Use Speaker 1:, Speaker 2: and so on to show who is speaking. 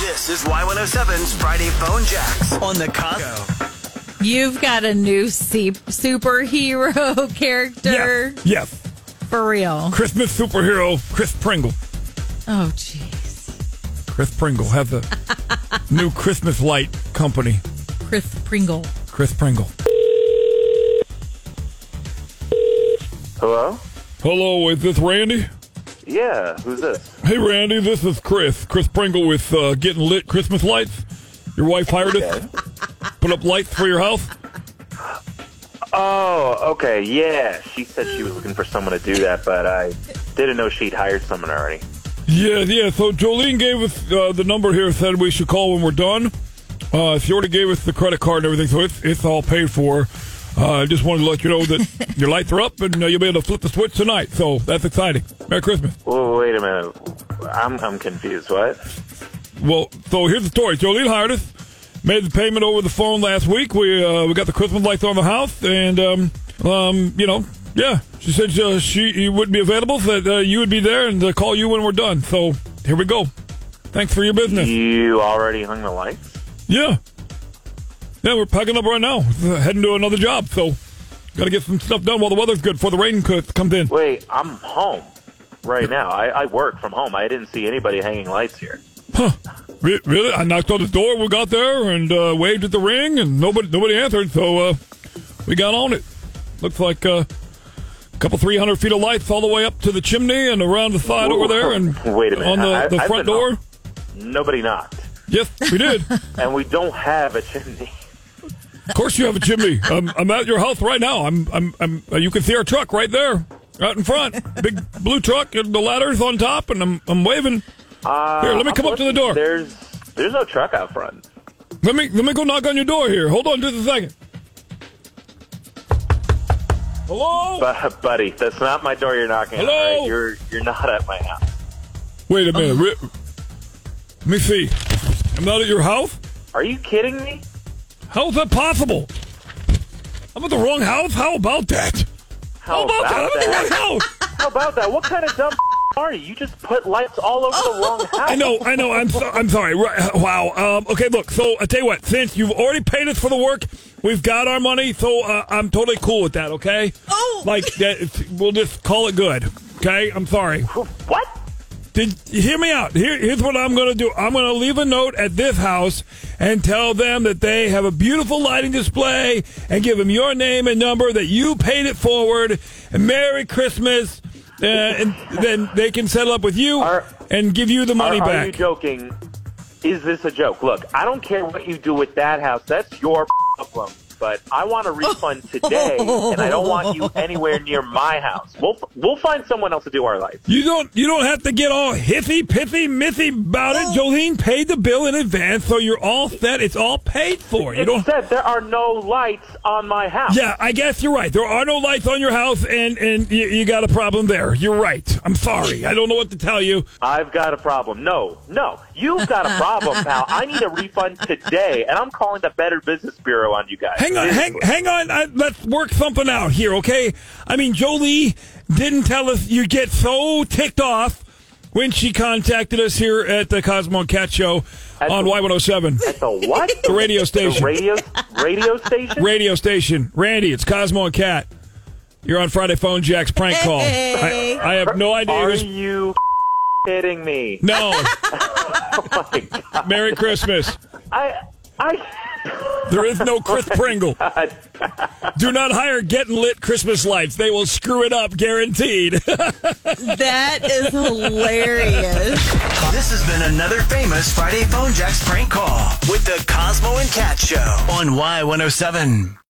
Speaker 1: This is Y107's Friday Phone Jacks on the Congo.
Speaker 2: You've got a new se- superhero character
Speaker 3: Yes. yes.
Speaker 2: for real.
Speaker 3: Christmas superhero Chris Pringle.
Speaker 2: Oh, jeez.
Speaker 3: Chris Pringle has a new Christmas light company.
Speaker 2: Chris Pringle.
Speaker 3: Chris Pringle.
Speaker 4: Hello?
Speaker 3: Hello, is this Randy?
Speaker 4: Yeah, who's this?
Speaker 3: Hey, Randy, this is Chris. Chris Pringle with uh, Getting Lit Christmas Lights. Your wife hired us. Put up lights for your house.
Speaker 4: Oh, okay, yeah. She said she was looking for someone to do that, but I didn't know she'd hired someone already.
Speaker 3: Yeah, yeah. So Jolene gave us uh, the number here. Said we should call when we're done. Uh, she already gave us the credit card and everything, so it's it's all paid for. Uh, I just wanted to let you know that your lights are up and uh, you'll be able to flip the switch tonight. So that's exciting. Merry Christmas.
Speaker 4: Whoa, wait a minute. I'm, I'm confused. What?
Speaker 3: Well, so here's the story. Jolene hired us, made the payment over the phone last week. We uh, we got the Christmas lights on the house, and um, um, you know, yeah. She said uh, she you wouldn't be available, so that uh, you would be there and uh, call you when we're done. So here we go. Thanks for your business.
Speaker 4: You already hung the lights?
Speaker 3: Yeah. Yeah, we're packing up right now, heading to another job. So, got to get some stuff done while the weather's good before the rain co- comes in.
Speaker 4: Wait, I'm home right now. I, I work from home. I didn't see anybody hanging lights here.
Speaker 3: Re- Really? I knocked on the door. We got there and uh, waved at the ring, and nobody nobody answered. So, uh, we got on it. Looks like uh, a couple three hundred feet of lights all the way up to the chimney and around the side
Speaker 4: Whoa,
Speaker 3: over there, and
Speaker 4: wait a minute.
Speaker 3: on the,
Speaker 4: I-
Speaker 3: the
Speaker 4: I've
Speaker 3: front
Speaker 4: been
Speaker 3: door.
Speaker 4: up. Nobody knocked.
Speaker 3: Yes, we did.
Speaker 4: And we don't have a chimney.
Speaker 3: Of course, you have a chimney. I'm, I'm at your house right now. I'm, I'm, I'm. uh, You can see our truck right there, out in front. Big blue truck. and The ladder's on top, and I'm, I'm waving.
Speaker 4: Uh,
Speaker 3: Here, let me
Speaker 4: I'm
Speaker 3: come up to the
Speaker 4: looking.
Speaker 3: door.
Speaker 4: There's, there's no truck out front.
Speaker 3: Let me, let me go knock on your door here. Hold on just a second. Hello.
Speaker 4: But, buddy, that's not my door you're knocking on.
Speaker 3: Hello?
Speaker 4: all right? You're you're not at my house.
Speaker 3: Wait a minute. Re- Let me see. I'm not at your house.
Speaker 4: Are you kidding me?
Speaker 3: How is that possible? I'm at the wrong house. How about that? How about that? I'm at the wrong house.
Speaker 4: How about that? What kind of dumb are you? You just put lights all over the wrong house.
Speaker 3: I know, I know. I'm so, I'm sorry. Right, Wow. Um, okay, look. So I tell you what. Since you've already paid us for the work, we've got our money. So uh, I'm totally cool with that. Okay.
Speaker 2: Oh.
Speaker 3: Like that. it's- We'll just call it good. Okay. I'm sorry.
Speaker 4: What?
Speaker 3: Did hear me out? Here, here's what I'm going to do. I'm going to leave a note at this house and tell them that they have a beautiful lighting display and give them your name and number that you paid it forward. And Merry Christmas. Uh, and then they can settle up with you
Speaker 4: Are-
Speaker 3: and give you the money
Speaker 4: are,
Speaker 3: back.
Speaker 4: are you joking? Is this a joke? Look, I don't care what you do with that house. That's your problem. But I want a refund today, and I don't want you anywhere near my house. We'll we'll find someone else to do our lights.
Speaker 3: You don't you don't have to get all hissy pithy mithy about it. Jolene paid the bill in advance, so you're all set. It's all paid for. You
Speaker 4: It
Speaker 3: don't.
Speaker 4: said there are no lights on my house.
Speaker 3: Yeah, I guess you're right. There are no lights on your house, and and you, you got a problem there. You're right. I'm sorry. I don't know what to tell you.
Speaker 4: I've got a problem. No, no, you've got a problem, pal. I need a refund today, and I'm calling the Better Business Bureau on you guys.
Speaker 3: Hang on, hang hang on. I, let's work something out here, okay? I mean, Jolie didn't tell us. You get so ticked off when she contacted us here at the Cosmo and Cat Show on Y107.
Speaker 4: At the what? The
Speaker 3: radio station.
Speaker 4: radio, radio station.
Speaker 3: radio station. Randy, it's Cosmo and Cat. You're on Friday Phone Jack's prank call.
Speaker 2: Hey.
Speaker 3: I, I have no idea.
Speaker 4: Are
Speaker 3: who's-
Speaker 4: you kidding me?
Speaker 3: no.
Speaker 4: Oh My God.
Speaker 3: Merry Christmas.
Speaker 4: I, I,
Speaker 3: There is no Chris Pringle. Do not hire getting lit Christmas lights. They will screw it up, guaranteed.
Speaker 2: That is hilarious.
Speaker 1: This has been another famous oh Friday Phone Jacks prank call with the Cosmo and Cat Show on Y107.